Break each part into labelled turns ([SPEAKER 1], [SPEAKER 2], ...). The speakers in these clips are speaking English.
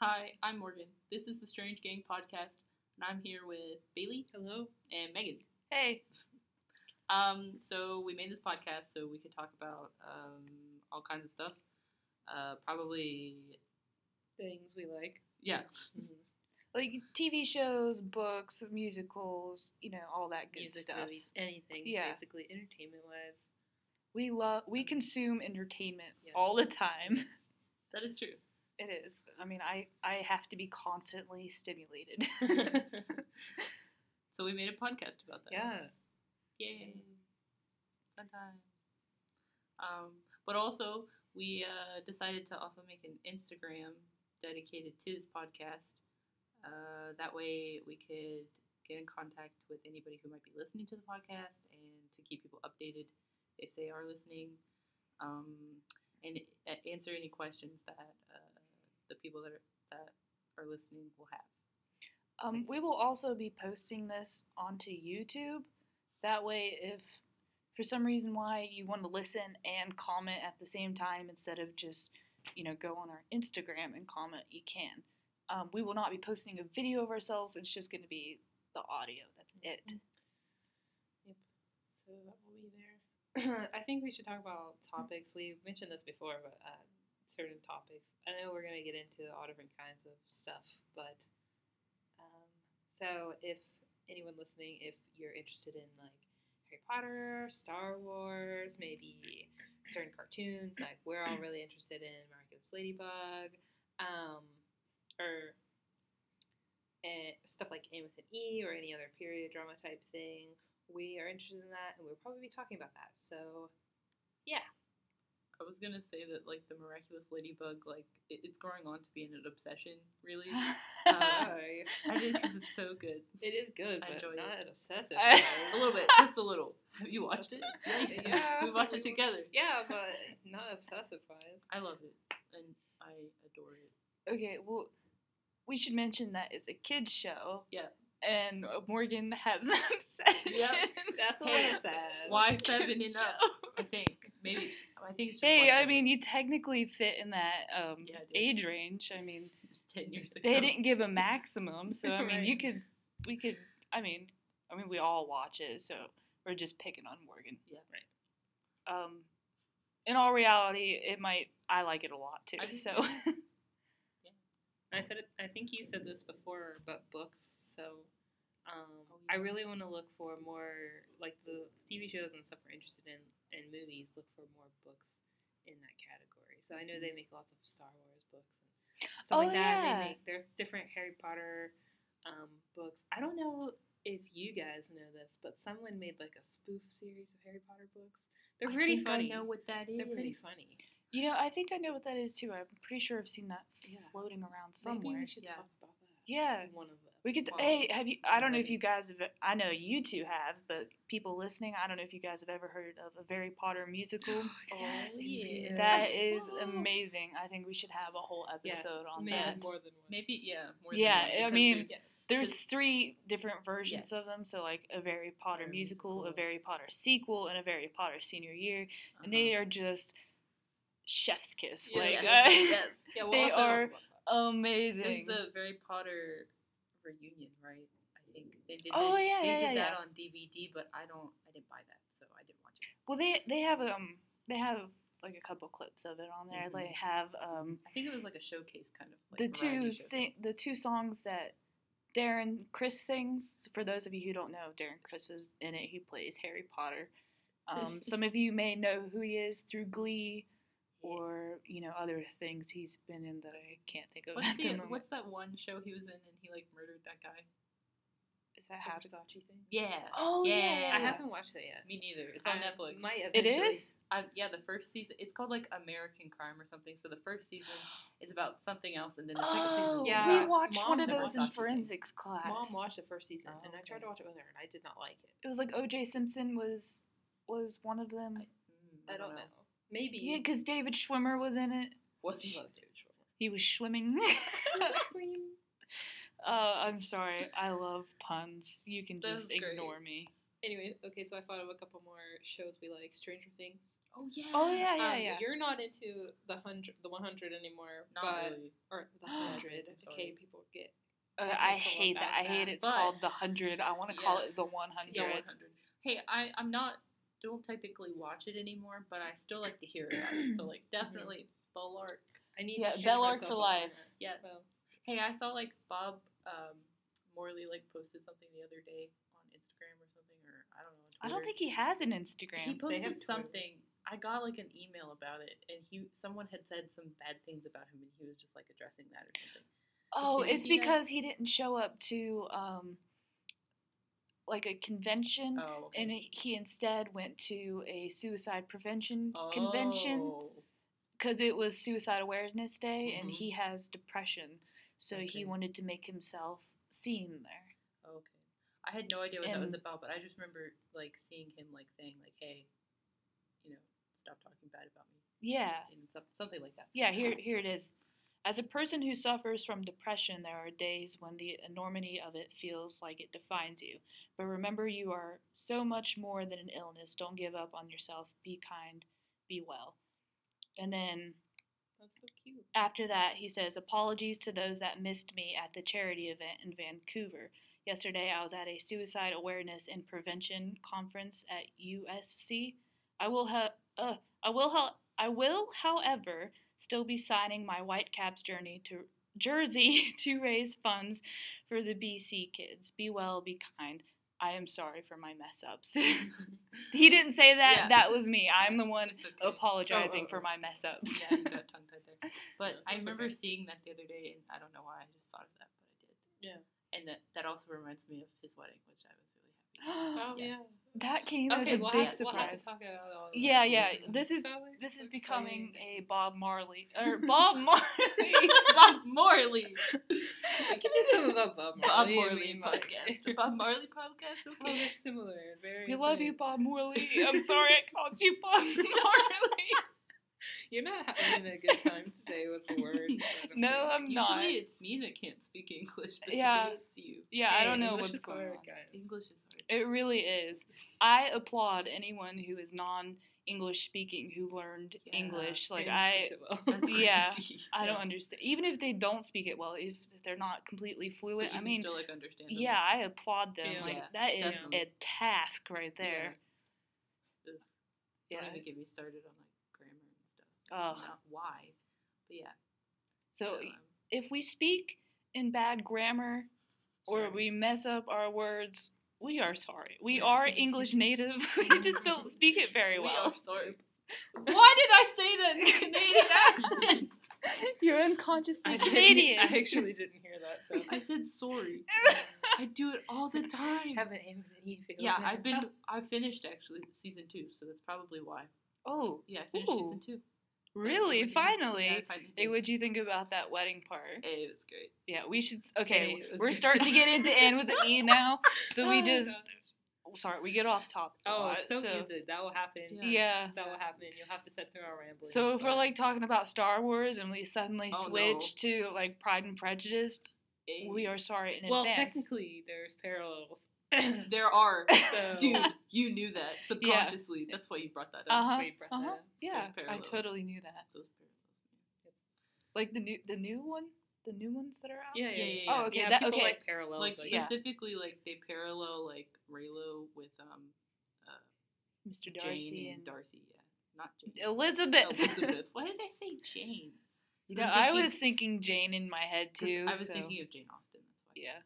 [SPEAKER 1] Hi, I'm Morgan. This is the Strange Gang podcast, and I'm here with Bailey
[SPEAKER 2] Hello.
[SPEAKER 1] and Megan.
[SPEAKER 2] Hey.
[SPEAKER 1] Um, so we made this podcast so we could talk about um, all kinds of stuff. Uh, probably,
[SPEAKER 2] Things we like. Mm-hmm.
[SPEAKER 1] yeah,
[SPEAKER 3] like TV shows, books, musicals, you know, all that good
[SPEAKER 2] Music,
[SPEAKER 3] stuff.
[SPEAKER 2] movies, anything.
[SPEAKER 3] Yeah.
[SPEAKER 2] Basically, entertainment wise.
[SPEAKER 3] We love we consume entertainment
[SPEAKER 2] Yes.
[SPEAKER 3] all the time.
[SPEAKER 1] that is true.
[SPEAKER 3] It is. I mean, I I have to be constantly stimulated.
[SPEAKER 1] So we made a podcast about that.
[SPEAKER 2] yeah.
[SPEAKER 1] Yay. Fun time. Um, but also, we uh, decided to also make an Instagram dedicated to this podcast. Uh, that way, we could get in contact with anybody who might be listening to the podcast and to keep people updated if they are listening um, and uh, answer any questions that uh, the people that are, that are listening will have.
[SPEAKER 3] um, we will also be posting this onto YouTube. That way, if for some reason why you want to listen and comment at the same time instead of just you know go on our Instagram and comment, you can. Um, we will not be posting a video of ourselves. It's just going to be the audio. That's it.
[SPEAKER 2] Yep. So that will be there. I think we should talk about topics. We mentioned this before, but uh, certain topics. I know we're going to get into all different kinds of stuff, but um, so if anyone listening, if you're interested in like Harry Potter, Star Wars, maybe certain cartoons, like we're all really interested in Miraculous Ladybug, um, or eh, stuff like Amethyst and E or any other period drama type thing we are interested in that and we'll probably be talking about that. So
[SPEAKER 1] I was gonna say that like the miraculous ladybug, like it, it's growing on to being an obsession, really. Uh, I just 'cause it's so good.
[SPEAKER 2] it is good,
[SPEAKER 1] I
[SPEAKER 2] but
[SPEAKER 1] enjoy
[SPEAKER 2] not obsessive.
[SPEAKER 3] I-
[SPEAKER 1] A
[SPEAKER 2] though.
[SPEAKER 1] little bit, just a little. Have you watched it?
[SPEAKER 2] Yeah.
[SPEAKER 1] we watched it together.
[SPEAKER 2] yeah, but not obsessive wise.
[SPEAKER 1] I love it, and I adore it.
[SPEAKER 3] Okay, well, we should mention that it's a kids show.
[SPEAKER 1] Yeah.
[SPEAKER 3] And uh, Morgan has an obsession.
[SPEAKER 2] That's a
[SPEAKER 1] Hey,
[SPEAKER 2] little sad.
[SPEAKER 1] Why seven
[SPEAKER 3] kids
[SPEAKER 1] and up?
[SPEAKER 3] show.
[SPEAKER 1] I think maybe I think it's just
[SPEAKER 3] Hey,
[SPEAKER 1] why
[SPEAKER 3] I
[SPEAKER 1] seven.
[SPEAKER 3] mean, you technically fit in that um,
[SPEAKER 1] Yeah, dude.
[SPEAKER 3] age range. I mean,
[SPEAKER 1] ten years ago.
[SPEAKER 3] they didn't give a maximum, so I mean,
[SPEAKER 2] Right.
[SPEAKER 3] you could, we could. I mean, I mean, we all watch it, so we're just picking on Morgan.
[SPEAKER 1] Yeah.
[SPEAKER 3] Um, in all reality, it might. I like it a lot too.
[SPEAKER 1] I do
[SPEAKER 3] So
[SPEAKER 2] I said it, I think you said this before, but books. So um,
[SPEAKER 1] Oh,
[SPEAKER 2] I
[SPEAKER 1] yeah.
[SPEAKER 2] really want to look for more like the TV shows and stuff we're interested in, and movies. Look for more books in that category. So I know they make lots of Star Wars books and stuff
[SPEAKER 3] Oh,
[SPEAKER 2] like that.
[SPEAKER 3] yeah.
[SPEAKER 2] They make there's different Harry Potter um, books. I don't know if you guys know this, but someone made like a spoof series of Harry Potter books.
[SPEAKER 1] I
[SPEAKER 2] They're pretty
[SPEAKER 1] think
[SPEAKER 2] funny.
[SPEAKER 1] I know what that is.
[SPEAKER 2] They're pretty funny.
[SPEAKER 3] you know, I think I know what that is too. I'm pretty sure I've seen that
[SPEAKER 2] Yeah.
[SPEAKER 3] floating around somewhere.
[SPEAKER 2] Maybe we should
[SPEAKER 1] Yeah.
[SPEAKER 2] talk about that.
[SPEAKER 3] Yeah.
[SPEAKER 2] One of them.
[SPEAKER 3] We could.
[SPEAKER 2] Well,
[SPEAKER 3] Hey, have you? I don't know if
[SPEAKER 2] already.
[SPEAKER 3] you guys have. I know you two have, but people listening, I don't know if you guys have ever heard of a Harry Potter musical.
[SPEAKER 1] yes,
[SPEAKER 2] Oh,
[SPEAKER 1] yeah.
[SPEAKER 3] That is
[SPEAKER 1] Oh.
[SPEAKER 3] amazing. I think we should have a whole
[SPEAKER 2] Yes,
[SPEAKER 3] episode on
[SPEAKER 2] maybe
[SPEAKER 3] that.
[SPEAKER 2] more than one.
[SPEAKER 1] Maybe yeah. More
[SPEAKER 3] Yeah,
[SPEAKER 1] than one,
[SPEAKER 3] I
[SPEAKER 1] because
[SPEAKER 3] mean,
[SPEAKER 1] there's-
[SPEAKER 3] There's three different
[SPEAKER 1] Yes.
[SPEAKER 3] versions of them. So like a Harry Potter
[SPEAKER 2] Potter
[SPEAKER 3] musical, a
[SPEAKER 2] musical.
[SPEAKER 3] Harry Potter sequel, and a Harry Potter senior year, and they are just chef's kiss.
[SPEAKER 1] uh-huh. Yeah, yes,
[SPEAKER 3] like uh,
[SPEAKER 1] yes. Yeah, we'll
[SPEAKER 3] they
[SPEAKER 1] also-
[SPEAKER 3] are
[SPEAKER 1] There's
[SPEAKER 3] amazing.
[SPEAKER 1] the Harry Potter reunion, right? I think they did.
[SPEAKER 3] Oh,
[SPEAKER 1] that,
[SPEAKER 3] yeah,
[SPEAKER 1] they
[SPEAKER 3] yeah,
[SPEAKER 1] did
[SPEAKER 3] yeah,
[SPEAKER 1] that
[SPEAKER 3] yeah.
[SPEAKER 1] on DVD, but I don't. I didn't buy that, so I didn't watch it.
[SPEAKER 3] well, they they have um they have like a couple clips of it on there.
[SPEAKER 1] Mhm.
[SPEAKER 3] They have um.
[SPEAKER 1] I think it was like a showcase kind of. Like
[SPEAKER 3] the
[SPEAKER 1] variety
[SPEAKER 3] two
[SPEAKER 1] show
[SPEAKER 3] sing, the two songs that Darren Chris sings. For those of you who don't know, Darren Chris is in it. He plays Harry Potter. Um, some of you may know who he is through Glee, or you know other things he's been in that I can't think of
[SPEAKER 1] What's,
[SPEAKER 3] at the
[SPEAKER 1] the,
[SPEAKER 3] moment.
[SPEAKER 1] what's that one show he was in and he like murdered that guy?
[SPEAKER 3] Is that
[SPEAKER 2] The
[SPEAKER 3] how? to-
[SPEAKER 2] Versace thing.
[SPEAKER 1] Yeah.
[SPEAKER 3] Oh yeah, yeah,
[SPEAKER 1] Yeah.
[SPEAKER 2] I
[SPEAKER 3] yeah.
[SPEAKER 2] haven't watched it yet.
[SPEAKER 1] Me neither. It's on
[SPEAKER 2] I
[SPEAKER 1] Netflix.
[SPEAKER 2] Might
[SPEAKER 3] It
[SPEAKER 2] eventually.
[SPEAKER 3] is.
[SPEAKER 1] I, yeah, the first season. It's called like American Crime or something. So the first season is about something else, and then the second
[SPEAKER 3] Oh,
[SPEAKER 1] season. is
[SPEAKER 2] Yeah.
[SPEAKER 3] we
[SPEAKER 1] about-
[SPEAKER 3] watched
[SPEAKER 2] Mom
[SPEAKER 3] one of
[SPEAKER 1] never watched
[SPEAKER 3] those in
[SPEAKER 1] it.
[SPEAKER 3] forensics class.
[SPEAKER 2] Mom watched the first season,
[SPEAKER 1] Oh,
[SPEAKER 2] and I tried
[SPEAKER 1] okay.
[SPEAKER 2] to watch it with her, and I did not like it.
[SPEAKER 3] It was like O.J. Simpson was was one of them.
[SPEAKER 1] Mm,
[SPEAKER 2] I don't know. Maybe.
[SPEAKER 3] Yeah, because David Schwimmer was in it.
[SPEAKER 1] What's he?
[SPEAKER 2] Love David Schwimmer.
[SPEAKER 3] He was swimming. Uh, I'm sorry. I love puns. You can
[SPEAKER 1] That was
[SPEAKER 3] just
[SPEAKER 1] great.
[SPEAKER 3] ignore me.
[SPEAKER 2] anyway, okay, so I thought of a couple more shows we like. Stranger Things.
[SPEAKER 1] Oh yeah.
[SPEAKER 3] Oh, yeah, yeah,
[SPEAKER 2] Um,
[SPEAKER 3] yeah.
[SPEAKER 2] You're not into the hundred, the one hundred anymore,
[SPEAKER 1] Not
[SPEAKER 2] but
[SPEAKER 1] really.
[SPEAKER 2] or the hundred. okay,
[SPEAKER 1] Sorry.
[SPEAKER 2] people get
[SPEAKER 3] Uh,
[SPEAKER 2] Yeah,
[SPEAKER 3] I
[SPEAKER 2] it's a lot
[SPEAKER 3] hate that. I
[SPEAKER 2] about
[SPEAKER 3] hate
[SPEAKER 2] that.
[SPEAKER 3] it's
[SPEAKER 1] But-
[SPEAKER 3] called the hundred. I want to call
[SPEAKER 2] Yeah.
[SPEAKER 3] it the one hundred.
[SPEAKER 1] Yeah, 100. Hey, I I'm not don't technically watch it anymore, but I still like to hear about it. So like definitely Bullark.
[SPEAKER 2] I need
[SPEAKER 3] Yeah,
[SPEAKER 2] to change
[SPEAKER 3] Bellark
[SPEAKER 2] myself
[SPEAKER 3] for
[SPEAKER 2] up on
[SPEAKER 3] life.
[SPEAKER 2] that.
[SPEAKER 1] Yeah.
[SPEAKER 2] Well,
[SPEAKER 1] Hey, I saw like Bob um, Morley like posted something the other day on Instagram or something, or I don't know. on
[SPEAKER 3] I don't
[SPEAKER 1] Twitter.
[SPEAKER 3] think he has an Instagram.
[SPEAKER 1] he
[SPEAKER 2] have
[SPEAKER 1] posted
[SPEAKER 2] Twitter.
[SPEAKER 1] something. I got like an email about it, and he someone had said some bad things about him, and he was just like addressing that or something.
[SPEAKER 3] oh,
[SPEAKER 1] did you
[SPEAKER 3] it's
[SPEAKER 1] see that?
[SPEAKER 3] because he didn't show up to um, like a convention,
[SPEAKER 1] Oh, okay.
[SPEAKER 3] and he instead went to a suicide prevention convention
[SPEAKER 1] Oh.
[SPEAKER 3] because it was Suicide Awareness Day, and
[SPEAKER 1] Mhm.
[SPEAKER 3] he has depression, so
[SPEAKER 1] Okay.
[SPEAKER 3] he wanted to make himself seen there.
[SPEAKER 1] Okay. I had no idea what that was
[SPEAKER 3] And-
[SPEAKER 1] about, but I just remember like seeing him like saying like, "Hey, you know, stop talking bad about me,"
[SPEAKER 3] Yeah.
[SPEAKER 1] and some- something like that.
[SPEAKER 3] Yeah, here here it is. As a person who suffers from depression, there are days when the enormity of it feels like it defines you. But remember you are so much more than an illness. Don't give up on yourself. Be kind. Be well. And then
[SPEAKER 2] that's so cute.
[SPEAKER 3] after that, he says, Apologies to those that missed me at the charity event in Vancouver. Yesterday, I was at a suicide awareness and prevention conference at USC. I will, ha- uh, I will, ha- I will, however, still be signing my White Caps journey to Jersey to raise funds for the BC kids. Be well, be kind. I am sorry for my mess ups. he didn't say that.
[SPEAKER 1] Yeah.
[SPEAKER 3] That was me. I'm the one
[SPEAKER 1] It's okay.
[SPEAKER 3] apologizing
[SPEAKER 2] oh,
[SPEAKER 3] for
[SPEAKER 2] oh.
[SPEAKER 3] my mess ups.
[SPEAKER 1] yeah, you got tongue tied there. But
[SPEAKER 2] No,
[SPEAKER 1] I
[SPEAKER 2] that's
[SPEAKER 1] remember
[SPEAKER 2] okay.
[SPEAKER 1] seeing that the other day, and I don't know why I just thought of that, but I did.
[SPEAKER 2] Yeah.
[SPEAKER 1] And that that also reminds me of his wedding, which I was really happy.
[SPEAKER 2] Oh
[SPEAKER 1] Yes.
[SPEAKER 2] yeah.
[SPEAKER 3] That came
[SPEAKER 2] okay,
[SPEAKER 3] as a
[SPEAKER 2] we'll
[SPEAKER 3] big
[SPEAKER 2] have,
[SPEAKER 3] surprise.
[SPEAKER 2] We'll have to talk about all that
[SPEAKER 3] Yeah,
[SPEAKER 2] too.
[SPEAKER 3] yeah,
[SPEAKER 2] I'm
[SPEAKER 3] this is-
[SPEAKER 2] so
[SPEAKER 3] this is
[SPEAKER 2] excited.
[SPEAKER 3] becoming a Bob Marley or Bob Marley.
[SPEAKER 1] Bob Morley.
[SPEAKER 2] I can do something about Bob Marley.
[SPEAKER 1] Bob
[SPEAKER 2] I
[SPEAKER 1] Morley
[SPEAKER 2] mean, like-
[SPEAKER 1] podcast. The Bob Marley podcast.
[SPEAKER 2] Oh,
[SPEAKER 1] Okay.
[SPEAKER 2] they're similar. Very.
[SPEAKER 3] we love you, Bob Marley. I'm sorry I called you Bob Marley.
[SPEAKER 2] You're not having a good time today with the words. I don't
[SPEAKER 3] No,
[SPEAKER 2] think.
[SPEAKER 3] I'm not.
[SPEAKER 1] Usually it's me that can't speak English, but
[SPEAKER 3] Yeah.
[SPEAKER 1] today it's you.
[SPEAKER 3] Yeah, I
[SPEAKER 2] Hey,
[SPEAKER 3] don't know
[SPEAKER 2] English
[SPEAKER 3] what's
[SPEAKER 2] is
[SPEAKER 3] going
[SPEAKER 2] hard,
[SPEAKER 3] on.
[SPEAKER 2] guys.
[SPEAKER 1] English is hard.
[SPEAKER 3] It really is. I applaud anyone who is non-English speaking who learned
[SPEAKER 1] Yeah,
[SPEAKER 3] English. Like
[SPEAKER 2] And
[SPEAKER 3] I,
[SPEAKER 2] speaks it well.
[SPEAKER 1] That's
[SPEAKER 3] Yeah.
[SPEAKER 1] crazy.
[SPEAKER 3] I don't
[SPEAKER 2] yeah.
[SPEAKER 3] understand. Even if they don't speak it well, if, if they're not completely
[SPEAKER 1] But
[SPEAKER 3] fluent,
[SPEAKER 1] you
[SPEAKER 3] I mean,
[SPEAKER 1] can still like understand. them.
[SPEAKER 3] yeah, I applaud them.
[SPEAKER 2] Yeah.
[SPEAKER 3] Like
[SPEAKER 1] Yeah,
[SPEAKER 3] that is
[SPEAKER 1] definitely.
[SPEAKER 3] a task right there.
[SPEAKER 1] Yeah. Ugh.
[SPEAKER 3] Yeah.
[SPEAKER 1] Don't even get me started on like grammar and stuff.
[SPEAKER 3] Oh,
[SPEAKER 1] Not why, but yeah.
[SPEAKER 3] so
[SPEAKER 1] um,
[SPEAKER 3] if we speak in bad grammar or
[SPEAKER 1] sorry.
[SPEAKER 3] we mess up our words, we are sorry. We are English native. we just don't speak it very
[SPEAKER 1] we
[SPEAKER 3] well.
[SPEAKER 1] are sorry. Why did I say that in a Canadian accent?
[SPEAKER 3] You're unconsciously
[SPEAKER 2] I didn't-
[SPEAKER 3] Canadian.
[SPEAKER 2] I actually didn't hear that. So
[SPEAKER 1] I said sorry. I do it all the time.
[SPEAKER 2] haven't even any feels.
[SPEAKER 1] yeah,
[SPEAKER 2] in
[SPEAKER 1] I've
[SPEAKER 2] it.
[SPEAKER 1] been. I finished actually season two, so that's probably why.
[SPEAKER 3] oh,
[SPEAKER 1] Yeah, I finished season
[SPEAKER 3] Ooh.
[SPEAKER 1] two.
[SPEAKER 3] really?
[SPEAKER 1] Yeah,
[SPEAKER 3] Finally.
[SPEAKER 1] I finally
[SPEAKER 3] Hey,
[SPEAKER 1] did.
[SPEAKER 3] what'd you think about that wedding part?
[SPEAKER 1] Hey, it was great.
[SPEAKER 3] Yeah, we should. Okay,
[SPEAKER 2] Hey, it was
[SPEAKER 3] we're
[SPEAKER 2] good.
[SPEAKER 3] starting to get into Anne with an E now. So we
[SPEAKER 2] Oh,
[SPEAKER 3] just.
[SPEAKER 2] gosh.
[SPEAKER 3] Sorry, we get off topic. a
[SPEAKER 2] Oh,
[SPEAKER 3] lot,
[SPEAKER 2] so, easy. That will happen.
[SPEAKER 1] Yeah.
[SPEAKER 3] Yeah.
[SPEAKER 2] That will happen. You'll have to sit through our rambling.
[SPEAKER 3] So if we're like talking about Star Wars and we suddenly
[SPEAKER 1] Oh, no.
[SPEAKER 3] switch to like Pride and Prejudice,
[SPEAKER 1] Hey,
[SPEAKER 3] we are sorry in
[SPEAKER 2] well,
[SPEAKER 3] advance.
[SPEAKER 2] technically, there's parallels.
[SPEAKER 1] There are.
[SPEAKER 2] So
[SPEAKER 1] Dude, you knew that subconsciously. That's why you brought that up.
[SPEAKER 3] Uh-huh.
[SPEAKER 2] we brought that
[SPEAKER 3] uh-huh.
[SPEAKER 2] up.
[SPEAKER 3] yeah, I
[SPEAKER 1] parallels.
[SPEAKER 3] totally knew that.
[SPEAKER 1] Those parallels.
[SPEAKER 3] Like the new the new one, the new ones that are out.
[SPEAKER 2] Yeah, yeah,
[SPEAKER 1] Yeah,
[SPEAKER 2] yeah.
[SPEAKER 1] yeah,
[SPEAKER 2] yeah.
[SPEAKER 3] Oh, okay,
[SPEAKER 2] Yeah,
[SPEAKER 3] that-
[SPEAKER 2] people
[SPEAKER 3] okay.
[SPEAKER 2] like parallels.
[SPEAKER 1] Like
[SPEAKER 2] like-
[SPEAKER 3] yeah.
[SPEAKER 1] specifically, like they parallel like Raylo with um, uh,
[SPEAKER 3] Mr.
[SPEAKER 1] Jane
[SPEAKER 3] Darcy
[SPEAKER 1] and
[SPEAKER 3] and
[SPEAKER 1] Darcy. Yeah, not Jane.
[SPEAKER 3] Elizabeth.
[SPEAKER 1] Elizabeth. Why did I say Jane?
[SPEAKER 3] you
[SPEAKER 1] I'm
[SPEAKER 3] know, I
[SPEAKER 1] thinking-
[SPEAKER 3] was thinking Jane in my head
[SPEAKER 1] 'cause
[SPEAKER 3] too.
[SPEAKER 1] I was
[SPEAKER 3] so-
[SPEAKER 1] thinking of Jane Austen. That's why.
[SPEAKER 3] Yeah.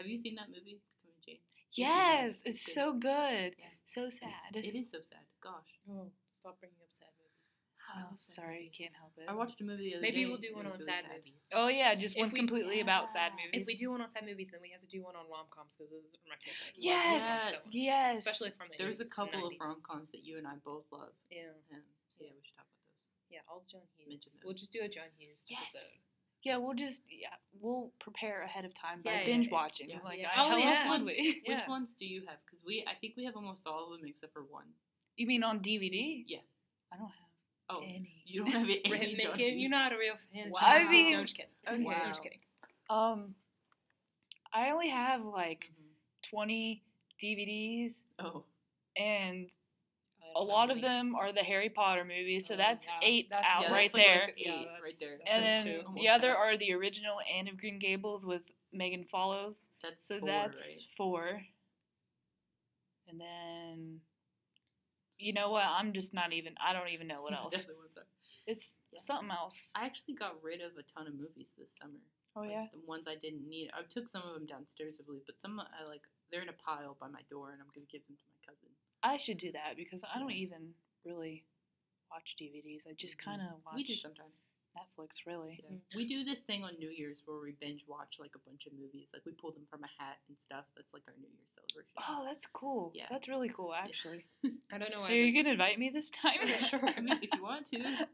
[SPEAKER 1] Have you seen that movie, Becoming Jane?
[SPEAKER 3] Yes, it's
[SPEAKER 1] Good.
[SPEAKER 3] so good.
[SPEAKER 1] Yeah.
[SPEAKER 3] So sad.
[SPEAKER 1] It is so sad. Gosh.
[SPEAKER 2] Oh, stop bringing up sad movies.
[SPEAKER 1] I
[SPEAKER 3] Oh,
[SPEAKER 1] love sad
[SPEAKER 3] sorry,
[SPEAKER 1] movies.
[SPEAKER 3] can't help it.
[SPEAKER 1] I watched a movie the other day.
[SPEAKER 2] Maybe we'll do
[SPEAKER 1] and
[SPEAKER 2] one
[SPEAKER 1] it was
[SPEAKER 2] on
[SPEAKER 1] really
[SPEAKER 2] sad
[SPEAKER 1] sad.
[SPEAKER 2] movies.
[SPEAKER 3] oh yeah, just
[SPEAKER 2] If
[SPEAKER 3] one
[SPEAKER 2] we-
[SPEAKER 3] completely about sad yeah. movies.
[SPEAKER 2] If we do one on sad movies, then we have to do one on rom coms because those are my favorite.
[SPEAKER 1] Yes.
[SPEAKER 3] yes,
[SPEAKER 2] So much.
[SPEAKER 3] yes.
[SPEAKER 2] Especially from the
[SPEAKER 1] There's a
[SPEAKER 2] 80s,
[SPEAKER 1] couple of
[SPEAKER 2] 90s.
[SPEAKER 1] rom coms that you and I both love.
[SPEAKER 2] Yeah,
[SPEAKER 1] Um, so yeah, we should talk about those.
[SPEAKER 2] yeah, all John Hughes.
[SPEAKER 1] Mention those.
[SPEAKER 2] We'll just do a John Hughes
[SPEAKER 3] Yes.
[SPEAKER 2] episode.
[SPEAKER 3] Yeah, we'll just yeah, we'll prepare ahead of time by
[SPEAKER 2] Yeah, yeah,
[SPEAKER 3] binge
[SPEAKER 2] yeah.
[SPEAKER 3] watching.
[SPEAKER 1] Yeah.
[SPEAKER 3] Like,
[SPEAKER 2] Yeah.
[SPEAKER 3] I,
[SPEAKER 2] Oh,
[SPEAKER 3] how else
[SPEAKER 2] yeah.
[SPEAKER 3] would we?
[SPEAKER 2] Yeah.
[SPEAKER 1] Which ones do you have? Because we, I think we have almost all of them except for one.
[SPEAKER 3] You mean on DVD?
[SPEAKER 1] Yeah.
[SPEAKER 3] I don't have
[SPEAKER 1] Oh,
[SPEAKER 3] any.
[SPEAKER 1] you don't have any.
[SPEAKER 2] Red
[SPEAKER 1] John
[SPEAKER 2] Macon, you're
[SPEAKER 1] Hughes?
[SPEAKER 2] not a real fan. of
[SPEAKER 1] Wow.
[SPEAKER 2] John
[SPEAKER 3] I
[SPEAKER 2] Hughes.
[SPEAKER 3] mean-
[SPEAKER 2] no, I'm just kidding.
[SPEAKER 3] Okay.
[SPEAKER 2] I'm just
[SPEAKER 1] Wow.
[SPEAKER 2] kidding.
[SPEAKER 3] Um, I only have like
[SPEAKER 1] Mhm.
[SPEAKER 3] twenty DVDs
[SPEAKER 1] Oh,
[SPEAKER 3] and
[SPEAKER 2] I
[SPEAKER 3] a lot of them are the Harry Potter movies, so
[SPEAKER 2] Oh,
[SPEAKER 3] that's
[SPEAKER 2] yeah.
[SPEAKER 3] eight
[SPEAKER 2] That's-
[SPEAKER 3] out
[SPEAKER 1] yeah,
[SPEAKER 3] right
[SPEAKER 1] that's like
[SPEAKER 3] there.
[SPEAKER 1] a- Eight
[SPEAKER 2] that's-
[SPEAKER 1] right there.
[SPEAKER 2] that's
[SPEAKER 3] and then
[SPEAKER 2] just two.
[SPEAKER 1] almost
[SPEAKER 3] the other
[SPEAKER 1] half.
[SPEAKER 3] are the original Anne of Green Gables with Megan Follow.
[SPEAKER 1] That's
[SPEAKER 3] So
[SPEAKER 1] four,
[SPEAKER 3] that's
[SPEAKER 1] right?
[SPEAKER 3] four. And then, you know what? I'm just not even. I don't even know what else.
[SPEAKER 1] Definitely one's up.
[SPEAKER 3] it's
[SPEAKER 1] Yeah.
[SPEAKER 3] something else.
[SPEAKER 1] I actually got rid of a ton of movies this summer.
[SPEAKER 3] Oh
[SPEAKER 1] like,
[SPEAKER 3] yeah.
[SPEAKER 1] the ones I didn't need. I took some of them downstairs, I believe, but some I like they're in a pile by my door, and I'm gonna give them to my cousin.
[SPEAKER 3] I should do that because I don't
[SPEAKER 1] Yeah.
[SPEAKER 3] even really watch DVDs. I just
[SPEAKER 1] Mhm.
[SPEAKER 3] kind of watch Mm-hmm.
[SPEAKER 1] We do sometimes.
[SPEAKER 3] Netflix, really.
[SPEAKER 1] Yeah. We do this thing on New Year's where we binge watch like a bunch of movies. Like we pull them from a hat and stuff. That's like our New Year's celebration.
[SPEAKER 3] Oh, that's cool.
[SPEAKER 1] Yeah.
[SPEAKER 3] That's really cool, actually.
[SPEAKER 2] I don't know why.
[SPEAKER 3] Are you
[SPEAKER 2] but-
[SPEAKER 3] gonna invite me this time?
[SPEAKER 2] Sure.
[SPEAKER 1] I mean, if you want to,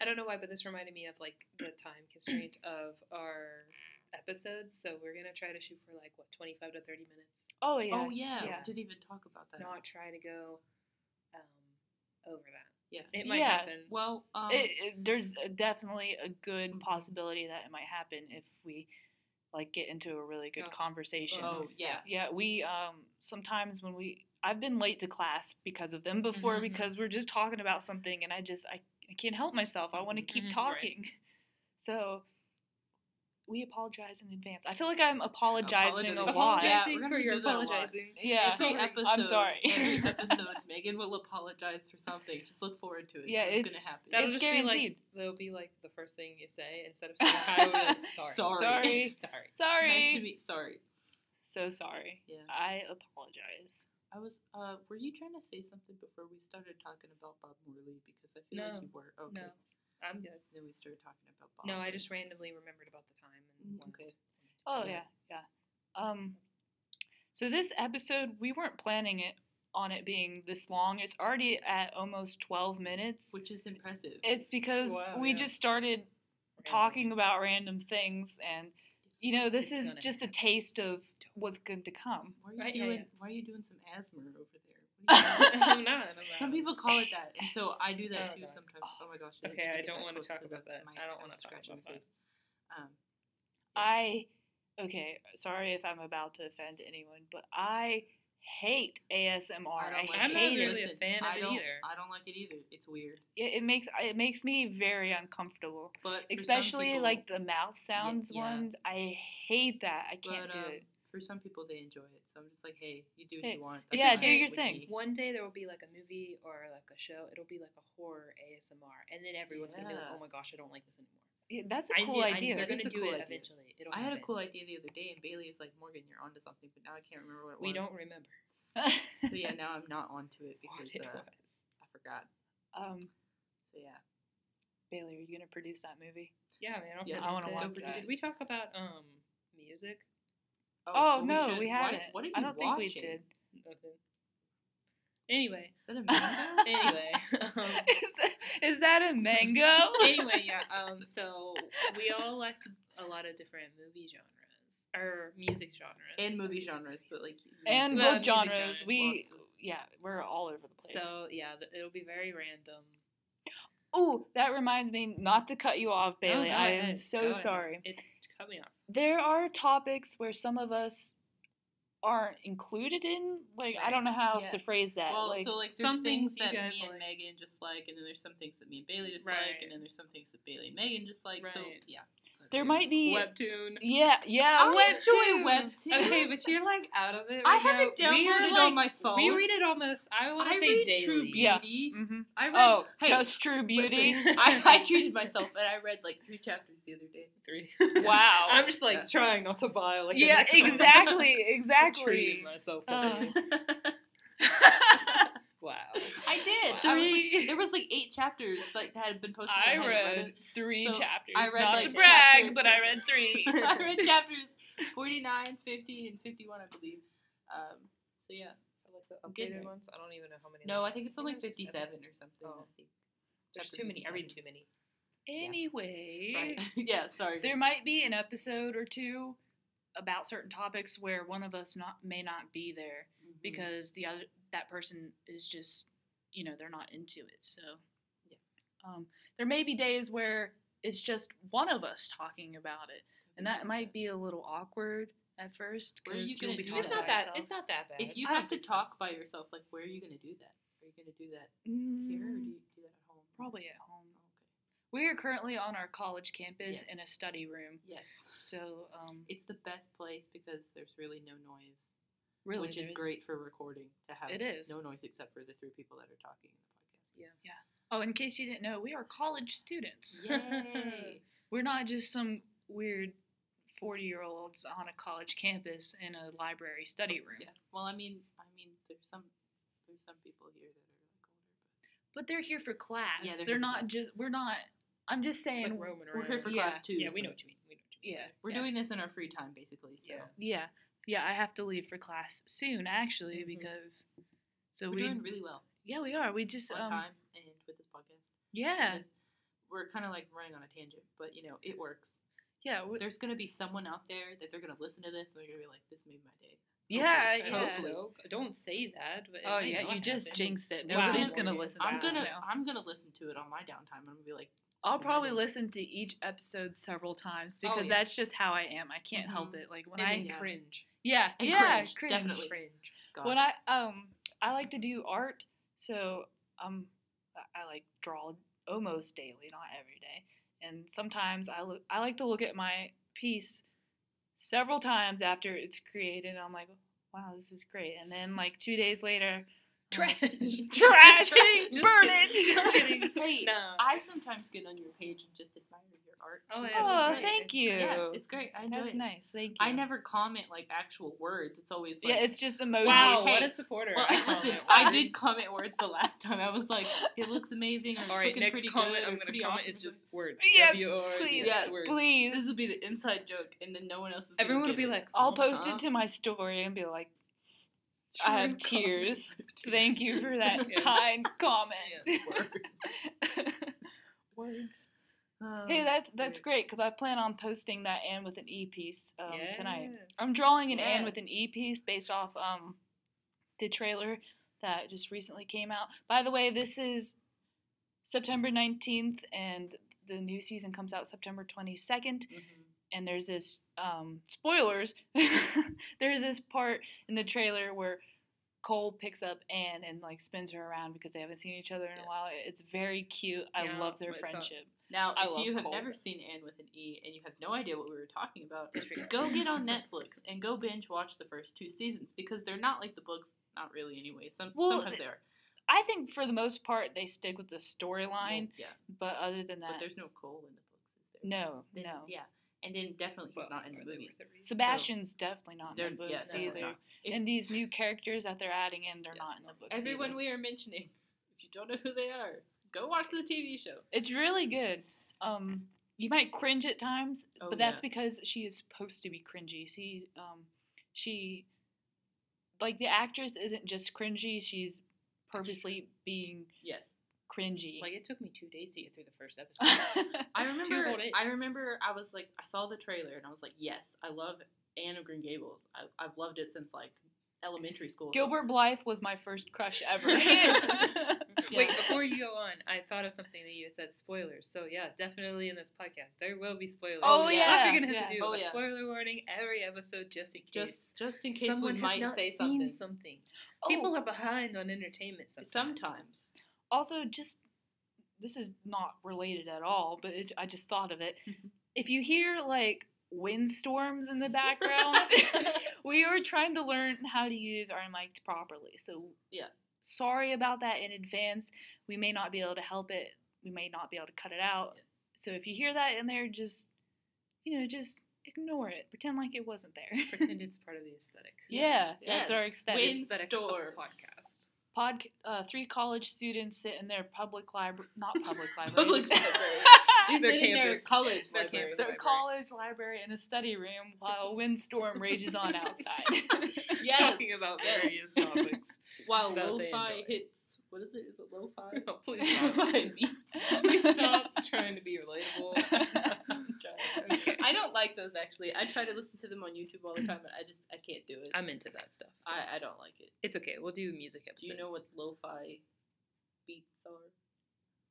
[SPEAKER 2] I don't know why, but this reminded me of like the time constraint of our episodes. So we're gonna try to shoot for like what twenty five to thirty minutes.
[SPEAKER 3] Oh yeah.
[SPEAKER 1] oh yeah,
[SPEAKER 3] yeah.
[SPEAKER 1] we didn't even talk about that.
[SPEAKER 2] Not try to go um, over that.
[SPEAKER 1] yeah.
[SPEAKER 2] It might
[SPEAKER 3] Yeah.
[SPEAKER 2] happen.
[SPEAKER 1] Well, um,
[SPEAKER 3] it, it- there's uh, definitely a good
[SPEAKER 1] Mhm.
[SPEAKER 3] possibility that it might happen if we like get into a really good
[SPEAKER 2] Oh.
[SPEAKER 3] conversation.
[SPEAKER 1] oh yeah,
[SPEAKER 3] Yeah, we um sometimes when we I've been late to class because of them before
[SPEAKER 1] Mhm.
[SPEAKER 3] because we're just talking about something and I just I, I can't help myself. I want to keep
[SPEAKER 2] Mhm,
[SPEAKER 1] Mm-hmm,
[SPEAKER 2] right.
[SPEAKER 3] talking. So we apologize in advance. I feel like I'm apologizing a
[SPEAKER 1] Apologizing.
[SPEAKER 3] lot.
[SPEAKER 1] Yeah,
[SPEAKER 3] Yeah.
[SPEAKER 2] Apologizing
[SPEAKER 1] we're gonna
[SPEAKER 2] for your
[SPEAKER 1] do that a lot.
[SPEAKER 2] apologizing.
[SPEAKER 3] Yeah.
[SPEAKER 1] Every
[SPEAKER 2] Sorry.
[SPEAKER 1] episode,
[SPEAKER 3] I'm sorry.
[SPEAKER 1] every episode, Megan will apologize for something. Just look forward to it.
[SPEAKER 3] Yeah,
[SPEAKER 1] it's,
[SPEAKER 3] it's-
[SPEAKER 1] gonna happen.
[SPEAKER 2] That'll
[SPEAKER 3] It's
[SPEAKER 2] just Be like,
[SPEAKER 3] guaranteed.
[SPEAKER 2] that'll be like the first thing you say instead of saying hi. we'll be like, sorry.
[SPEAKER 1] Sorry.
[SPEAKER 2] Sorry. sorry.
[SPEAKER 3] Sorry.
[SPEAKER 1] nice to be sorry.
[SPEAKER 3] so sorry.
[SPEAKER 1] Yeah.
[SPEAKER 3] I apologize.
[SPEAKER 1] I was. Uh, were you trying to say something before we started talking about Bob Morley? Because I feel
[SPEAKER 2] No.
[SPEAKER 1] like you were. Okay.
[SPEAKER 2] No. I'm good.
[SPEAKER 1] Then we started talking about Bob.
[SPEAKER 2] No, I just randomly remembered about the time. And
[SPEAKER 1] Mm,
[SPEAKER 2] wanted
[SPEAKER 1] okay.
[SPEAKER 2] to-
[SPEAKER 3] Oh yeah,
[SPEAKER 1] Yeah.
[SPEAKER 3] yeah. Um, so this episode we weren't planning it on it being this long. It's already at almost twelve minutes.
[SPEAKER 1] which is impressive.
[SPEAKER 3] It's because
[SPEAKER 2] Wow,
[SPEAKER 3] we
[SPEAKER 2] yeah.
[SPEAKER 3] just started talking about random things, and you know this
[SPEAKER 2] It's
[SPEAKER 3] is
[SPEAKER 2] gonna
[SPEAKER 3] just a
[SPEAKER 2] happen.
[SPEAKER 3] taste of what's good to come.
[SPEAKER 1] Why are you
[SPEAKER 2] Right, yeah,
[SPEAKER 1] doing?
[SPEAKER 2] yeah.
[SPEAKER 1] Why are you doing some asthma over there? What are you doing?
[SPEAKER 2] I'm not. I'm not.
[SPEAKER 1] Some people call it that, and so I do that
[SPEAKER 2] Oh,
[SPEAKER 1] too
[SPEAKER 2] God.
[SPEAKER 1] sometimes. Oh my gosh! didn't
[SPEAKER 2] Okay,
[SPEAKER 1] even
[SPEAKER 2] I
[SPEAKER 1] get
[SPEAKER 2] don't
[SPEAKER 1] that
[SPEAKER 2] wanna
[SPEAKER 1] close
[SPEAKER 2] talk
[SPEAKER 1] the
[SPEAKER 2] about that.
[SPEAKER 1] mic.
[SPEAKER 2] I don't
[SPEAKER 1] I'm
[SPEAKER 2] wanna talk
[SPEAKER 1] scratching
[SPEAKER 2] about
[SPEAKER 1] my
[SPEAKER 2] that.
[SPEAKER 1] face. Um,
[SPEAKER 3] I okay, sorry if I'm about to offend anyone, but I hate ASMR.
[SPEAKER 1] I
[SPEAKER 3] I,
[SPEAKER 1] don't like
[SPEAKER 2] I'm not
[SPEAKER 3] hate
[SPEAKER 1] it.
[SPEAKER 3] it.
[SPEAKER 2] really a
[SPEAKER 1] Listen,
[SPEAKER 2] fan of
[SPEAKER 1] I
[SPEAKER 2] it
[SPEAKER 1] don't-
[SPEAKER 2] either.
[SPEAKER 1] I don't like it either. It's weird,
[SPEAKER 3] It, it makes it makes me very uncomfortable.
[SPEAKER 1] but for some
[SPEAKER 3] especially
[SPEAKER 1] people-
[SPEAKER 3] like the mouth sounds
[SPEAKER 1] yeah.
[SPEAKER 3] ones. I hate that. I can't
[SPEAKER 1] But,
[SPEAKER 3] do
[SPEAKER 1] um,
[SPEAKER 3] it.
[SPEAKER 1] For some people, they enjoy it, so I'm just like, hey, you do what
[SPEAKER 3] Hey,
[SPEAKER 1] you want.
[SPEAKER 3] yeah,
[SPEAKER 1] fine
[SPEAKER 2] do your
[SPEAKER 1] with me.
[SPEAKER 3] thing.
[SPEAKER 2] One day there will be like a movie or like a show. It'll be like a horror ASMR, and then everyone's gonna be like,
[SPEAKER 1] Yeah.
[SPEAKER 2] "Oh my gosh, I don't like this anymore."
[SPEAKER 3] Yeah, that's a
[SPEAKER 2] I
[SPEAKER 3] cool
[SPEAKER 2] knew- I
[SPEAKER 3] idea.
[SPEAKER 2] knew They're
[SPEAKER 1] That
[SPEAKER 2] gonna
[SPEAKER 1] is a
[SPEAKER 2] do
[SPEAKER 1] cool
[SPEAKER 2] it
[SPEAKER 1] idea.
[SPEAKER 2] eventually. It'll
[SPEAKER 1] I had a
[SPEAKER 2] happen.
[SPEAKER 1] cool idea the other day, and Bailey is like, Morgan, you're onto something, but now I can't remember what it was.
[SPEAKER 2] We don't remember
[SPEAKER 1] So yeah, now I'm not onto it
[SPEAKER 2] what
[SPEAKER 1] because
[SPEAKER 2] it
[SPEAKER 1] uh,
[SPEAKER 2] was.
[SPEAKER 1] I forgot.
[SPEAKER 3] um,
[SPEAKER 1] So yeah,
[SPEAKER 3] Bailey, are you gonna produce that movie?
[SPEAKER 2] Yeah, man. I'll
[SPEAKER 1] yeah,
[SPEAKER 3] I
[SPEAKER 2] put this
[SPEAKER 3] wanna
[SPEAKER 2] in.
[SPEAKER 3] watch
[SPEAKER 2] Did-
[SPEAKER 3] that.
[SPEAKER 2] Did we talk about um music?
[SPEAKER 3] Oh,
[SPEAKER 1] well,
[SPEAKER 3] no,
[SPEAKER 1] should-
[SPEAKER 3] we
[SPEAKER 1] why-
[SPEAKER 3] haven't.
[SPEAKER 1] What, did
[SPEAKER 3] I
[SPEAKER 1] you
[SPEAKER 3] don't think we
[SPEAKER 1] watching?
[SPEAKER 3] did.
[SPEAKER 2] Nothing. Anyway,
[SPEAKER 1] Is that a manga?
[SPEAKER 2] anyway, um,
[SPEAKER 3] is, that, is that a mango?
[SPEAKER 2] anyway, yeah. Um, so we all like a lot of different movie genres or music genres.
[SPEAKER 1] and movie genres, but like you-
[SPEAKER 3] and
[SPEAKER 2] Well,
[SPEAKER 3] both
[SPEAKER 2] music
[SPEAKER 3] genres.
[SPEAKER 2] genres,
[SPEAKER 3] we
[SPEAKER 1] lots of-
[SPEAKER 3] yeah, we're all over the place.
[SPEAKER 2] so yeah, th- it'll be very random.
[SPEAKER 3] oh, that reminds me not to cut you off, Bailey.
[SPEAKER 2] no,
[SPEAKER 3] I
[SPEAKER 2] it
[SPEAKER 3] am
[SPEAKER 2] is.
[SPEAKER 3] so
[SPEAKER 2] Go ahead.
[SPEAKER 3] sorry.
[SPEAKER 2] It cut me off.
[SPEAKER 3] there are topics where some of us aren't included in. Like I
[SPEAKER 2] Right.
[SPEAKER 3] don't know how else
[SPEAKER 1] Yeah.
[SPEAKER 3] to phrase that.
[SPEAKER 1] Well,
[SPEAKER 3] like
[SPEAKER 1] so like there's
[SPEAKER 2] some
[SPEAKER 1] things
[SPEAKER 2] things you
[SPEAKER 1] that
[SPEAKER 2] guys
[SPEAKER 1] me and
[SPEAKER 2] like.
[SPEAKER 1] Megan just like, and then there's some things that me and Bailey just
[SPEAKER 2] Right.
[SPEAKER 1] like, and then there's some things that Bailey and Megan just like. So
[SPEAKER 2] Right.
[SPEAKER 1] yeah,
[SPEAKER 3] there might be
[SPEAKER 2] Webtoon.
[SPEAKER 3] yeah Oh, yeah
[SPEAKER 1] I
[SPEAKER 3] webtoon.
[SPEAKER 1] enjoy webtoon.
[SPEAKER 2] Okay, but you're like out of it.
[SPEAKER 1] I
[SPEAKER 2] right now.
[SPEAKER 1] have it
[SPEAKER 2] We are,
[SPEAKER 1] downloaded
[SPEAKER 2] like-
[SPEAKER 1] on my phone.
[SPEAKER 2] We read it almost. I want
[SPEAKER 1] I
[SPEAKER 2] to say
[SPEAKER 1] read
[SPEAKER 2] daily.
[SPEAKER 1] True
[SPEAKER 3] Yeah.
[SPEAKER 1] Beauty.
[SPEAKER 3] hmm
[SPEAKER 1] I read.
[SPEAKER 3] Oh,
[SPEAKER 1] hey,
[SPEAKER 3] just True Beauty.
[SPEAKER 1] listen, I, I treated myself, and I read like three chapters the other day.
[SPEAKER 2] Three.
[SPEAKER 3] Wow.
[SPEAKER 2] I'm just like
[SPEAKER 1] Yeah.
[SPEAKER 2] trying not to buy like. the
[SPEAKER 3] yeah,
[SPEAKER 2] next one.
[SPEAKER 3] exactly,
[SPEAKER 2] Treating
[SPEAKER 3] exactly.
[SPEAKER 2] myself.
[SPEAKER 3] Uh,
[SPEAKER 2] today. wow.
[SPEAKER 1] I did. I was like,
[SPEAKER 3] Three.
[SPEAKER 1] there was like eight chapters like that had been posted.
[SPEAKER 3] I
[SPEAKER 1] and I hadn't
[SPEAKER 3] read three
[SPEAKER 1] So,
[SPEAKER 3] chapters.
[SPEAKER 1] I read,
[SPEAKER 3] not
[SPEAKER 1] like,
[SPEAKER 3] to brag,
[SPEAKER 1] chapter-
[SPEAKER 3] but I read three.
[SPEAKER 1] it. I read chapters 49, 50, and 51, I believe. Um, so yeah.
[SPEAKER 2] the
[SPEAKER 1] I'm getting
[SPEAKER 2] updated
[SPEAKER 1] it.
[SPEAKER 2] ones. I don't even know how many.
[SPEAKER 1] No,
[SPEAKER 2] there
[SPEAKER 1] I
[SPEAKER 2] are.
[SPEAKER 1] think it's only
[SPEAKER 2] think there's
[SPEAKER 1] 57 or
[SPEAKER 2] seven.
[SPEAKER 1] something.
[SPEAKER 2] Oh.
[SPEAKER 1] I think.
[SPEAKER 2] There's
[SPEAKER 1] Chapter
[SPEAKER 2] too many. I read
[SPEAKER 1] 57.
[SPEAKER 2] too many.
[SPEAKER 3] Anyway,
[SPEAKER 1] Right. yeah, sorry.
[SPEAKER 3] there might be an episode or two about certain topics where one of us not may not be there
[SPEAKER 1] Mhm.
[SPEAKER 3] because the other that person is just you know they're not into it so
[SPEAKER 1] Yeah.
[SPEAKER 3] um, there may be days where it's just one of us talking about it and that might be a little awkward at first
[SPEAKER 1] Where are
[SPEAKER 3] because
[SPEAKER 1] you
[SPEAKER 3] you'll
[SPEAKER 1] gonna
[SPEAKER 3] be
[SPEAKER 1] do
[SPEAKER 3] talking
[SPEAKER 2] It's
[SPEAKER 1] It's that?
[SPEAKER 2] not
[SPEAKER 3] about
[SPEAKER 2] that.
[SPEAKER 3] yourself.
[SPEAKER 2] It's not that bad.
[SPEAKER 1] If you
[SPEAKER 3] I
[SPEAKER 1] have to
[SPEAKER 3] think
[SPEAKER 1] talk by yourself, like, where are you going to do that? Are you you going to do that here or do
[SPEAKER 3] Mm,
[SPEAKER 1] you do that at home?
[SPEAKER 3] probably at home.
[SPEAKER 1] Okay.
[SPEAKER 3] We are currently on our college
[SPEAKER 1] Yes.
[SPEAKER 3] campus in a study room.
[SPEAKER 1] Yes.
[SPEAKER 3] So, um,
[SPEAKER 1] It's the best place because there's really no noise,
[SPEAKER 3] really,
[SPEAKER 1] which is
[SPEAKER 3] there's-
[SPEAKER 1] great for recording to have
[SPEAKER 3] It is.
[SPEAKER 1] no noise except for the three people that are talking in the podcast.
[SPEAKER 2] Yeah.
[SPEAKER 3] Oh, in case you didn't know, we are college students.
[SPEAKER 1] Yay!
[SPEAKER 3] We're not just some weird 40 year olds on a college campus in a library study room.
[SPEAKER 1] yeah. Well, I mean, I mean, there's some there's some people here that are like older, but
[SPEAKER 3] But they're here for class.
[SPEAKER 1] Yeah,
[SPEAKER 3] they're
[SPEAKER 1] they're here for
[SPEAKER 3] not
[SPEAKER 1] class.
[SPEAKER 3] just, we're not, I'm just
[SPEAKER 2] It's
[SPEAKER 3] saying.
[SPEAKER 2] like roaming
[SPEAKER 1] we're
[SPEAKER 2] around.
[SPEAKER 1] here for
[SPEAKER 3] Yeah.
[SPEAKER 1] class too.
[SPEAKER 2] yeah, we know
[SPEAKER 1] but
[SPEAKER 2] what you mean. We know what you mean.
[SPEAKER 3] yeah.
[SPEAKER 1] We're
[SPEAKER 3] yeah.
[SPEAKER 1] doing this in our free time, basically. So
[SPEAKER 2] Yeah.
[SPEAKER 3] Yeah. Yeah, I have to leave for class soon, actually,
[SPEAKER 2] Mhm.
[SPEAKER 3] because. So
[SPEAKER 1] we're
[SPEAKER 3] we.
[SPEAKER 1] doing really well
[SPEAKER 3] yeah, we are. We just.
[SPEAKER 1] on
[SPEAKER 3] um,
[SPEAKER 1] time and with this podcast.
[SPEAKER 3] Yeah.
[SPEAKER 1] because We're kind of like running on a tangent, but you know it works.
[SPEAKER 3] Yeah. we-
[SPEAKER 1] There's gonna be someone out there that they're gonna listen to this and they're gonna be like, "This made my day."
[SPEAKER 3] yeah.
[SPEAKER 1] hopefully-
[SPEAKER 2] I
[SPEAKER 3] yeah.
[SPEAKER 2] hope so. Don't say that. But it
[SPEAKER 3] Oh
[SPEAKER 2] might
[SPEAKER 3] yeah,
[SPEAKER 2] not
[SPEAKER 3] you just
[SPEAKER 2] happen.
[SPEAKER 3] jinxed it.
[SPEAKER 1] Wow.
[SPEAKER 3] Nobody's
[SPEAKER 1] Yeah.
[SPEAKER 3] gonna listen to
[SPEAKER 1] I'm
[SPEAKER 2] Wow.
[SPEAKER 3] this
[SPEAKER 1] gonna
[SPEAKER 3] now.
[SPEAKER 1] I'm gonna listen to it on my downtime. I'm gonna be like,
[SPEAKER 3] I'll
[SPEAKER 1] Somebody.
[SPEAKER 3] probably listen to each episode several times
[SPEAKER 1] Oh,
[SPEAKER 3] because
[SPEAKER 1] yeah.
[SPEAKER 3] that's just how I am. I can't help
[SPEAKER 1] Mhm.
[SPEAKER 3] it. Like when
[SPEAKER 2] And
[SPEAKER 3] I
[SPEAKER 2] then
[SPEAKER 1] Yeah.
[SPEAKER 2] cringe.
[SPEAKER 3] Mm-hmm. yeah
[SPEAKER 1] And
[SPEAKER 3] yeah
[SPEAKER 1] cringe, definitely.
[SPEAKER 2] Cringe.
[SPEAKER 1] God.
[SPEAKER 3] When I um I like to do art, so um I- I like draw almost daily, not every day, and sometimes I look I like to look at my piece several times after it's created. I'm like, wow, this is great, and then like two days later, I'm like, trash
[SPEAKER 2] Just
[SPEAKER 3] it,
[SPEAKER 2] kidding.
[SPEAKER 3] burn
[SPEAKER 2] Just
[SPEAKER 3] it.
[SPEAKER 2] kidding.
[SPEAKER 1] hey,
[SPEAKER 2] No.
[SPEAKER 1] I sometimes get on your page and just admire your art.
[SPEAKER 2] Oh,
[SPEAKER 1] It's
[SPEAKER 2] yeah, that's
[SPEAKER 3] oh,
[SPEAKER 1] great.
[SPEAKER 3] thank you.
[SPEAKER 1] Yeah, it's great. I enjoy
[SPEAKER 3] That's
[SPEAKER 1] it.
[SPEAKER 3] nice. Thank you.
[SPEAKER 1] I never comment like actual words. It's always like,
[SPEAKER 3] yeah, it's just emojis.
[SPEAKER 2] Wow,
[SPEAKER 1] Hey.
[SPEAKER 2] what a supporter.
[SPEAKER 1] Well,
[SPEAKER 2] I
[SPEAKER 1] listen,
[SPEAKER 2] comment.
[SPEAKER 1] I did comment words the last time. I was like, it looks amazing. Or
[SPEAKER 2] All right,
[SPEAKER 1] looking
[SPEAKER 2] next
[SPEAKER 1] pretty
[SPEAKER 2] comment
[SPEAKER 1] good,
[SPEAKER 2] I'm
[SPEAKER 1] or
[SPEAKER 2] gonna
[SPEAKER 1] pretty
[SPEAKER 2] comment
[SPEAKER 1] awesome.
[SPEAKER 2] is just words.
[SPEAKER 3] Yeah,
[SPEAKER 2] W-O-R-D,
[SPEAKER 3] please.
[SPEAKER 2] it's
[SPEAKER 1] Yeah,
[SPEAKER 2] words.
[SPEAKER 3] Please.
[SPEAKER 1] This will be the inside joke, and then no one else is. gonna
[SPEAKER 2] Everyone will
[SPEAKER 1] get
[SPEAKER 2] be
[SPEAKER 1] it.
[SPEAKER 2] like,
[SPEAKER 3] I'll
[SPEAKER 2] "Oh,
[SPEAKER 3] post
[SPEAKER 1] Uh-huh.
[SPEAKER 3] it to my story and be like, I have
[SPEAKER 1] True
[SPEAKER 3] tears.
[SPEAKER 1] comment.
[SPEAKER 3] Thank you for that
[SPEAKER 2] Yes.
[SPEAKER 3] kind comment.
[SPEAKER 1] Word.
[SPEAKER 3] Words.
[SPEAKER 1] Um,
[SPEAKER 3] Hey, that's that's
[SPEAKER 1] Great.
[SPEAKER 3] great because I plan on posting that and with an E piece um, tonight.
[SPEAKER 2] Yes.
[SPEAKER 3] I'm drawing an and
[SPEAKER 1] Yes.
[SPEAKER 3] with an E piece based off um, the trailer that just recently came out. By the way, this is September 19th, and the new season comes out September 22nd.
[SPEAKER 1] Mhm.
[SPEAKER 3] and there's this um, spoilers. there's this part in the trailer where Cole picks up Anne and like spins her around because they haven't seen each other in
[SPEAKER 1] Yeah.
[SPEAKER 3] a while. It's very cute. I
[SPEAKER 2] Yeah,
[SPEAKER 3] love
[SPEAKER 2] that's
[SPEAKER 3] their
[SPEAKER 2] what I thought.
[SPEAKER 3] friendship.
[SPEAKER 1] Now,
[SPEAKER 3] I
[SPEAKER 1] if you
[SPEAKER 3] love
[SPEAKER 1] have
[SPEAKER 3] Cole.
[SPEAKER 1] never seen Anne with an E and you have no idea what we were talking about,
[SPEAKER 2] Just forget.
[SPEAKER 1] go get on Netflix and go binge watch the first two seasons because they're not like the books. Not really, anyway. Some
[SPEAKER 3] Well,
[SPEAKER 1] sometimes they are.
[SPEAKER 3] I think for the most part they stick with the storyline,
[SPEAKER 1] yeah,
[SPEAKER 3] but other than
[SPEAKER 1] but
[SPEAKER 3] that,
[SPEAKER 1] there's no Cole in the books. Is there?
[SPEAKER 3] no,
[SPEAKER 1] Then-
[SPEAKER 3] no.
[SPEAKER 1] Yeah, and then definitely he's
[SPEAKER 2] Well,
[SPEAKER 1] not in
[SPEAKER 2] are
[SPEAKER 1] the
[SPEAKER 2] they
[SPEAKER 1] movies.
[SPEAKER 2] worth it?
[SPEAKER 3] Sebastian's definitely not
[SPEAKER 1] They're-
[SPEAKER 3] in the
[SPEAKER 1] yeah,
[SPEAKER 3] books
[SPEAKER 1] they're
[SPEAKER 3] either,
[SPEAKER 1] not. If-
[SPEAKER 3] and these new characters that they're adding in, they're
[SPEAKER 1] Yeah.
[SPEAKER 3] not in the books.
[SPEAKER 1] Everyone
[SPEAKER 3] either.
[SPEAKER 1] we are mentioning, if you don't know who they are, go watch the TV show.
[SPEAKER 3] it's really good. Um, you might cringe at times,
[SPEAKER 1] Oh,
[SPEAKER 3] but that's
[SPEAKER 1] yeah.
[SPEAKER 3] because she is supposed to be cringy. She, um, she, like the actress isn't just cringy; she's purposely being
[SPEAKER 1] Yes,
[SPEAKER 3] cringy.
[SPEAKER 2] Like it took me two days to get through the first episode.
[SPEAKER 1] I
[SPEAKER 2] Two
[SPEAKER 1] remember.
[SPEAKER 2] whole days.
[SPEAKER 1] I remember. I was like, I saw the trailer and I was like, yes, I love Anne of Green Gables. I, I've loved it since like elementary school.
[SPEAKER 3] Gilbert Blythe was my first crush ever.
[SPEAKER 1] Yeah.
[SPEAKER 2] Wait, before you go on, I thought of something that you had said spoilers. So yeah, definitely in this podcast there will be spoilers.
[SPEAKER 3] Oh,
[SPEAKER 2] We're
[SPEAKER 3] yeah.
[SPEAKER 2] actually gonna have
[SPEAKER 3] Yeah.
[SPEAKER 2] to do
[SPEAKER 1] Oh,
[SPEAKER 2] a
[SPEAKER 1] yeah.
[SPEAKER 2] spoiler warning every episode just in case.
[SPEAKER 1] just just in case
[SPEAKER 2] someone
[SPEAKER 1] we
[SPEAKER 2] has
[SPEAKER 1] might
[SPEAKER 2] not
[SPEAKER 1] say
[SPEAKER 2] seen
[SPEAKER 1] something.
[SPEAKER 2] something.
[SPEAKER 3] Oh,
[SPEAKER 2] People are behind on entertainment sometimes.
[SPEAKER 1] Sometimes.
[SPEAKER 3] also just this is not related at all, but it, I just thought of it. if you hear like windstorms in the background, we are trying to learn how to use our mics properly. So
[SPEAKER 1] Yeah.
[SPEAKER 3] sorry about that in advance. We may not be able to help it. We may not be able to cut it out. So if you hear that in there, just you know, just ignore it. Pretend like it wasn't there.
[SPEAKER 2] Pretend it's part of the aesthetic.
[SPEAKER 3] yeah,
[SPEAKER 1] Yes.
[SPEAKER 3] that's our extent.
[SPEAKER 1] Wind-
[SPEAKER 2] Aesthetic of the
[SPEAKER 1] Store.
[SPEAKER 2] podcast.
[SPEAKER 3] Pod, uh, three college students sit in their public library, not public library,
[SPEAKER 1] Public library. They're
[SPEAKER 2] Their
[SPEAKER 1] sitting there
[SPEAKER 2] campus-
[SPEAKER 1] at college
[SPEAKER 2] their
[SPEAKER 1] library.
[SPEAKER 2] campus
[SPEAKER 3] their
[SPEAKER 2] library.
[SPEAKER 3] college library in a study room while a windstorm rages on outside.
[SPEAKER 1] Yes.
[SPEAKER 2] Talking about
[SPEAKER 1] Yes.
[SPEAKER 2] various topics.
[SPEAKER 1] While
[SPEAKER 2] that they
[SPEAKER 1] lo-fi
[SPEAKER 2] enjoy.
[SPEAKER 1] hits. What is it? Is it lo-fi?
[SPEAKER 2] Oh, please stop.
[SPEAKER 1] Lo-fi beats.
[SPEAKER 2] Please stop trying to be relatable. Okay.
[SPEAKER 1] I don't like those actually. I try to listen to them on YouTube all the time, but I just I can't do it.
[SPEAKER 2] I'm into that stuff. so
[SPEAKER 1] I, I don't like it.
[SPEAKER 2] it's okay. We'll do music episodes.
[SPEAKER 1] Do you know what lo-fi beats are?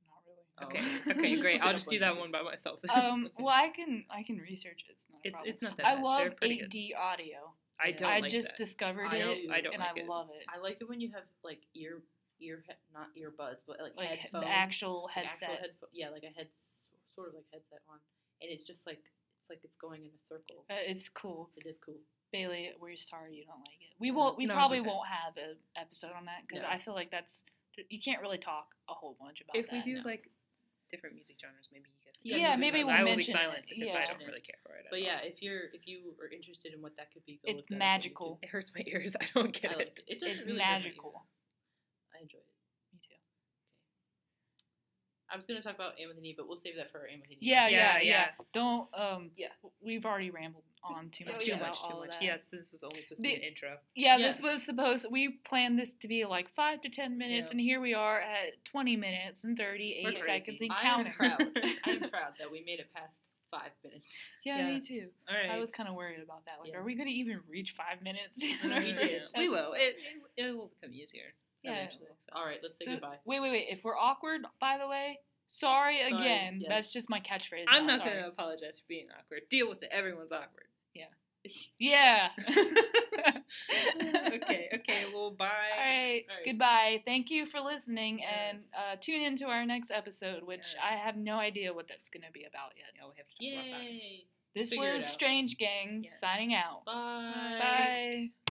[SPEAKER 3] Not
[SPEAKER 1] Oh.
[SPEAKER 2] Okay.
[SPEAKER 1] You
[SPEAKER 2] Okay.
[SPEAKER 1] just
[SPEAKER 2] Great.
[SPEAKER 1] look it
[SPEAKER 2] I'll
[SPEAKER 1] up
[SPEAKER 2] just
[SPEAKER 1] on
[SPEAKER 2] do that
[SPEAKER 1] YouTube.
[SPEAKER 2] one by myself.
[SPEAKER 3] really. Um, well, I can I can research it. It's not a
[SPEAKER 2] it's
[SPEAKER 3] problem.
[SPEAKER 2] it's not that.
[SPEAKER 3] I
[SPEAKER 2] bad.
[SPEAKER 3] love
[SPEAKER 2] They're pretty
[SPEAKER 3] 8D
[SPEAKER 2] good.
[SPEAKER 3] audio.
[SPEAKER 2] I don't
[SPEAKER 3] I
[SPEAKER 2] like
[SPEAKER 3] just
[SPEAKER 2] that.
[SPEAKER 3] discovered
[SPEAKER 1] I
[SPEAKER 3] it
[SPEAKER 1] don't-
[SPEAKER 2] I don't
[SPEAKER 3] and
[SPEAKER 2] like
[SPEAKER 3] I
[SPEAKER 2] it.
[SPEAKER 3] love it.
[SPEAKER 1] I like it when you have like ear ear not earbuds, but like,
[SPEAKER 3] Like
[SPEAKER 1] headphones,
[SPEAKER 3] the actual
[SPEAKER 1] an actual
[SPEAKER 3] headset.
[SPEAKER 1] headpho- yeah, like a head sort of like headset on, and it's just like it's like it's going in a circle.
[SPEAKER 3] Uh, it's cool,
[SPEAKER 1] It is cool.
[SPEAKER 3] Bailey. We're sorry you don't like it. We
[SPEAKER 1] No,
[SPEAKER 3] won't. We
[SPEAKER 2] no, it's
[SPEAKER 3] probably
[SPEAKER 2] okay.
[SPEAKER 3] won't have an episode on that because
[SPEAKER 1] No.
[SPEAKER 3] I feel like that's you can't really talk a whole bunch about.
[SPEAKER 2] If we
[SPEAKER 3] that,
[SPEAKER 2] do
[SPEAKER 3] no.
[SPEAKER 2] like different music genres, maybe you guys.
[SPEAKER 1] Yeah,
[SPEAKER 2] can-
[SPEAKER 1] maybe we'll
[SPEAKER 2] I will
[SPEAKER 3] mention
[SPEAKER 2] be silent
[SPEAKER 3] it,
[SPEAKER 2] because
[SPEAKER 3] yeah.
[SPEAKER 2] I don't really care for it. at
[SPEAKER 1] But yeah,
[SPEAKER 2] all.
[SPEAKER 1] if you're if you are interested in what that could be, go
[SPEAKER 3] It's
[SPEAKER 1] look that up on
[SPEAKER 3] magical.
[SPEAKER 1] YouTube.
[SPEAKER 2] it hurts my ears. I don't get
[SPEAKER 1] I
[SPEAKER 2] it.
[SPEAKER 1] liked it. It does
[SPEAKER 3] it's
[SPEAKER 1] really hurt my ears.
[SPEAKER 3] magical.
[SPEAKER 1] I enjoy it.
[SPEAKER 3] Me too.
[SPEAKER 1] I was gonna talk about Anne with an E, but we'll save that for our Anne with an E.
[SPEAKER 3] Yeah, yeah, yeah.
[SPEAKER 2] Yeah, yeah.
[SPEAKER 3] Don't. Um,
[SPEAKER 1] Yeah.
[SPEAKER 3] We've already rambled on too
[SPEAKER 1] Oh,
[SPEAKER 3] much
[SPEAKER 1] yeah.
[SPEAKER 3] about
[SPEAKER 1] much,
[SPEAKER 3] all of that.
[SPEAKER 2] Yeah, this was only supposed to be
[SPEAKER 3] The-
[SPEAKER 2] an intro.
[SPEAKER 3] Yeah,
[SPEAKER 1] Yeah.
[SPEAKER 3] this was supposed. We planned this to be like five to ten minutes,
[SPEAKER 1] Yeah.
[SPEAKER 3] and here we are at twenty minutes and
[SPEAKER 1] We're crazy.
[SPEAKER 3] thirty-eight seconds and
[SPEAKER 1] I am
[SPEAKER 3] counting.
[SPEAKER 1] proud. I am proud that we made it past five minutes.
[SPEAKER 3] yeah,
[SPEAKER 2] Yeah.
[SPEAKER 3] me too.
[SPEAKER 2] All right.
[SPEAKER 3] I was kind of worried about that. Like,
[SPEAKER 1] Yeah.
[SPEAKER 3] are we gonna even reach five minutes? in
[SPEAKER 2] We
[SPEAKER 3] our
[SPEAKER 2] did.
[SPEAKER 3] first
[SPEAKER 2] We will.
[SPEAKER 3] episode?
[SPEAKER 2] It, it, it will become easier.
[SPEAKER 3] Yeah.
[SPEAKER 2] Eventually. So.
[SPEAKER 1] All right, let's say
[SPEAKER 3] So-
[SPEAKER 1] goodbye.
[SPEAKER 3] Wait, wait, wait. If we're awkward, by the way, sorry,
[SPEAKER 1] Sorry,
[SPEAKER 3] again.
[SPEAKER 1] yes.
[SPEAKER 3] That's just my catchphrase.
[SPEAKER 2] I'm
[SPEAKER 3] now,
[SPEAKER 2] not
[SPEAKER 3] sorry.
[SPEAKER 2] going to apologize for being awkward. Deal with it. Everyone's awkward.
[SPEAKER 3] Yeah.
[SPEAKER 2] okay. Okay. Well, bye.
[SPEAKER 3] All right.
[SPEAKER 1] All right.
[SPEAKER 3] Goodbye. Thank you for listening, and
[SPEAKER 2] Yes.
[SPEAKER 3] uh, tune in to our next episode, which
[SPEAKER 2] Yes.
[SPEAKER 3] I have no idea what that's going to be about yet.
[SPEAKER 2] Yeah, we have to talk about that.
[SPEAKER 1] Yay!
[SPEAKER 3] This
[SPEAKER 1] Figure it
[SPEAKER 3] was
[SPEAKER 1] out.
[SPEAKER 3] Strange Gang
[SPEAKER 2] Yes.
[SPEAKER 3] signing out.
[SPEAKER 1] Bye.
[SPEAKER 3] Bye.